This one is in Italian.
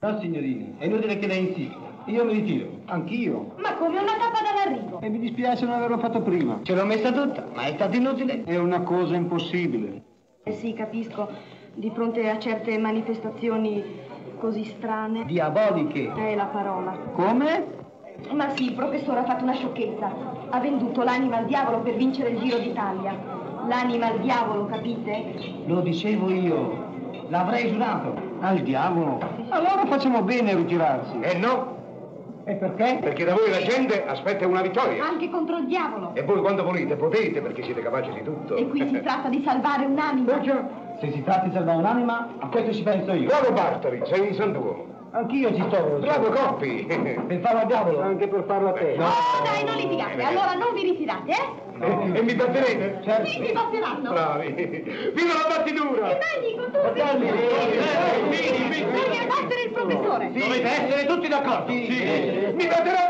No, signorina, è inutile che lei insista. Io mi ritiro. Anch'io. Ma come una tappa dall'arrivo? E mi dispiace non averlo fatto prima. Ce l'ho messa tutta, ma è stato inutile. È una cosa impossibile. Eh sì, capisco, di fronte a certe manifestazioni così strane. Diaboliche. È la parola. Come? Ma sì, il professore ha fatto una sciocchezza. Ha venduto l'anima al diavolo per vincere il Giro d'Italia. L'anima al diavolo, capite? Lo dicevo io. L'avrei Ah, giurato. Al diavolo. Allora facciamo bene a ritirarsi. E no, E perché? perché da voi la gente aspetta una vittoria. Anche contro il diavolo. E voi quando volete potete perché siete capaci di tutto. E qui si tratta di salvare un'anima. Se si tratta di salvare un'anima, a questo ci penso io. Bravo Bartoli, sei un santuomo. Anch'io ci sto. Bravo Coppi. E, Per farlo a diavolo. Anche per farlo a te. Oh, dai, non litigate. Allora non vi ritirate, eh? e mi batterete? Certo. Sì, vi batteranno. Bravi. Viva la battitura! E dai, dico, tu vi eh, eh, eh, eh, eh, eh, eh, eh, Devi abbattere il professore. Dovete essere tutti d'accordo. Mi batterò